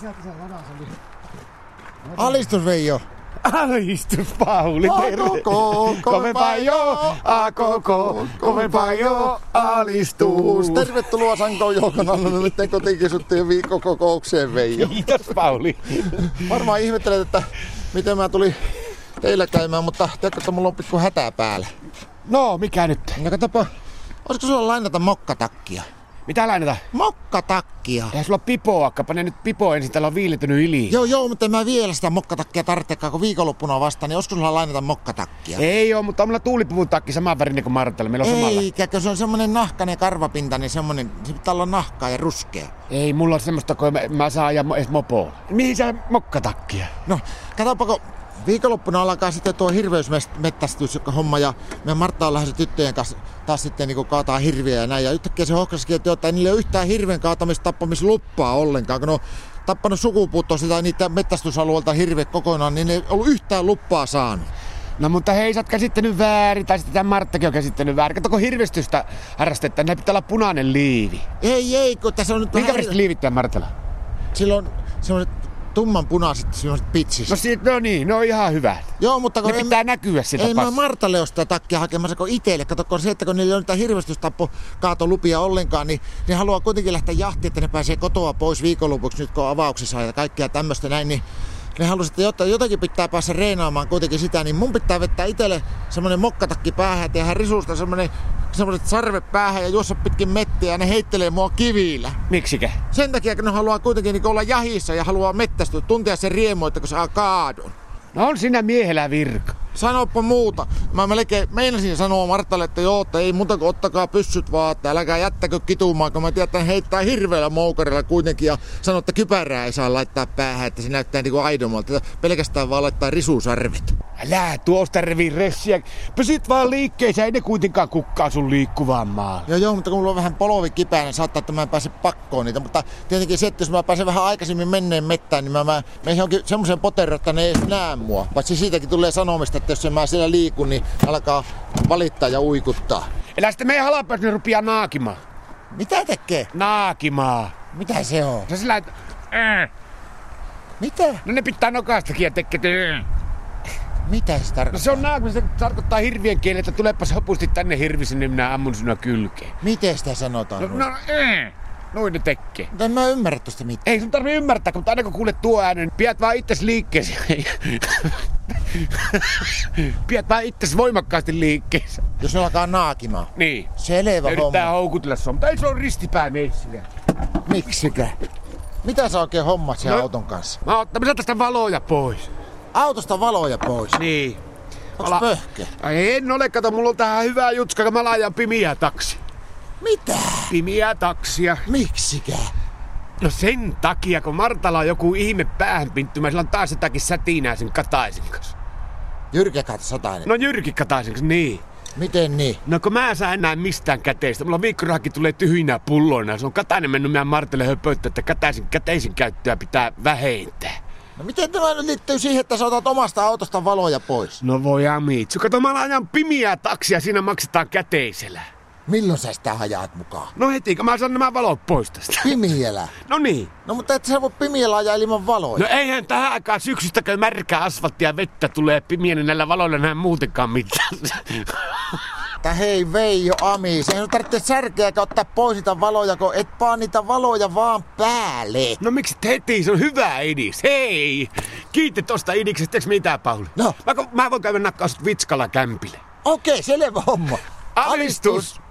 sieltä sen radan se oli. Alistus Veijo. Alistus Pauli, terve. Koko, Kovempaa joo, a koko, kovempaa joo, alistus. Tervetuloa Sankoon joukon anonymitten kotikisuttujen viikkokokoukseen Veijo. Kiitos Pauli. Varmaan ihmettelet, että miten mä tulin teillä käymään, mutta tiedätkö, että mulla on pikku hätää päällä. No, mikä nyt? No katsopä, olisiko sulla lainata mokkatakkia? Mitä lainata? Mokkatakkia. Eihän sulla ole pipoakka, pane nyt pipo ensin, täällä on viiletynyt yli. Joo, joo, mutta en mä vielä sitä mokkatakkia tarvitsekaan, kun viikonloppuna on vasta, niin olisiko sulla lainata mokkatakkia? Ei oo, mutta on mulla tuulipuvun takki saman värinen kuin Martalla, meillä on samalla. Eikä, kun se on semmonen nahkainen karvapinta, niin semmonen, se pitää olla nahkaa ja ruskea. Ei mulla ole semmoista, kun mä, mä saan ajaa mo- edes mopoon. Mihin sä mokkatakkia? No, katsopa, kun viikonloppuna alkaa sitten tuo hirveysmettästys, joka homma, ja me Martta on lähdössä tyttöjen kanssa taas sitten niin kaataa hirviä ja näin, ja yhtäkkiä se hohkasikin, että, joo, että niillä ei ole yhtään hirven kaatamistappamisluppaa ollenkaan, kun ne on tappanut sukupuuttoon sitä niitä mettästysalueelta hirve kokonaan, niin ne ei ollut yhtään luppaa saanut. No mutta hei, sä oot käsittänyt väärin, tai sitten tämä Marttakin on käsittänyt väärin. Katsoko hirvestystä harrastetta, näin pitää olla punainen liivi. Ei, ei, kun tässä on nyt Minkä väriset liivit tää Martalla? Silloin semmoiset tummanpunaiset semmoiset pitsis. No, si- no niin, ne on ihan hyvä. Joo, mutta kun Ne pitää näkyä sieltä No niin, Ei no mä passi- Martalle ole sitä takkia hakemassa kuin itselle. Kato, kun se, että kun niillä on niitä hirvestystappo kaatolupia ollenkaan, niin ne haluaa kuitenkin lähteä jahtiin, että ne pääsee kotoa pois viikonlopuksi nyt kun on avauksessa ja kaikkea tämmöistä näin, niin ne halusivat, että jotta jotakin pitää päästä reenaamaan kuitenkin sitä, niin mun pitää vettää itselle semmonen mokkatakki päähän ja tehdä risusta semmonen semmoiset sarvet päähän ja juossa pitkin mettiä ja ne heittelee mua kivillä. Miksikä? Sen takia, kun ne haluaa kuitenkin niin olla jahissa ja haluaa mettästyä, tuntea sen riemu, että kun saa kaadun. No on siinä miehellä virka. Sanoppa muuta. Mä melkein meinasin sanoa Martalle, että joo, että ei muuta kuin ottakaa pyssyt vaan, että älkää jättäkö kitumaan, kun mä tiedän, että hän heittää hirveällä moukarilla kuitenkin ja sanoo, että kypärää ei saa laittaa päähän, että se näyttää niinku aidommalta. että Pelkästään vaan laittaa risusarvet. Älä tuosta revi ressiä. Pysyt vaan liikkeessä, ei ne kuitenkaan kukkaa sun liikkuvaan maalle. Joo, joo, mutta kun mulla on vähän polovi kipeänä, niin saattaa, että mä en pääse pakkoon niitä. Mutta tietenkin se, että jos mä pääsen vähän aikaisemmin menneen mettään, niin mä, mä menen johonkin semmoiseen poteroon, että ne niin ei edes näe mua. Paitsi siitäkin tulee sanomista, että jos en mä siellä liiku, niin alkaa valittaa ja uikuttaa. Älä sitten mene halapaa, jos ne rupeaa naakimaan. Mitä tekee? Naakimaa. Mitä se on? Se sillä, että... Äh. Mitä? No ne pitää nokastakin ja tekee... että, äh. Mitä se No tarkoittaa? se on naakimista, se tarkoittaa hirvien kielellä, että tulepas hopusti tänne hirvisi, niin minä ammun sinua kylkeen. Miten sitä sanotaan? No, No, no, äh. Noin ne tekee. En mä ymmärrä tosta mitään. Ei sun tarvi ymmärtää, mutta aina kun kuulet tuo äänen, niin pidät vaan itses liikkeessä. pidät vaan itses voimakkaasti liikkeessä. Jos ne alkaa naakimaan. Niin. Selvä Ja Yrittää homma. houkutella sua, mutta ei se ole ristipää meissille. Miksikä? Mitä sä oikein hommat sen no. auton kanssa? Mä oon ottamassa tästä valoja pois. Autosta valoja pois. Niin. Onks Ala- pöhkö? Ai en ole, kato, mulla on tähän hyvää jutska, kun mä laajan pimiä taksi. Mitä? Pimiä taksia. Miksikä? No sen takia, kun Martalla on joku ihme päähänpinttymä, sillä on taas jotakin sätinää sen Kataisen kanssa. Jyrkä Kat Satainen. No Jyrki Kataisen kanssa, niin. Miten niin? No kun mä en saa enää mistään käteistä. Mulla viikkorahakin tulee tyhjinä pulloina. Se on Katainen mennyt meidän Martelle höpöttää, että Kataisen käteisen käyttöä pitää vähentää. No miten tämä nyt liittyy siihen, että sä otat omasta autosta valoja pois? No voi amitsu. Kato, mä ajan pimiä taksia, siinä maksetaan käteisellä. Milloin sä sitä hajaat mukaan? No heti, kun mä saan nämä valot pois tästä. Pimiellä. No niin. No mutta et sä voi pimiellä ajaa ilman valoja. No eihän tähän aikaan syksystä käy märkää asfalttia ja vettä tulee pimiä, niin näillä valoilla näin muutenkaan mitään. Mutta hei Veijo Ami, se ei tarvitse särkeäkään ottaa pois niitä valoja, kun et paa niitä valoja vaan päälle. No miksi et heti? Se on hyvä idis. Hei! Kiitti tosta idiksestä. Eiks mitään, Pauli? No. Mä, mä voin käydä nakkaa sut vitskalla kämpille. Okei, selvä homma. Alistus!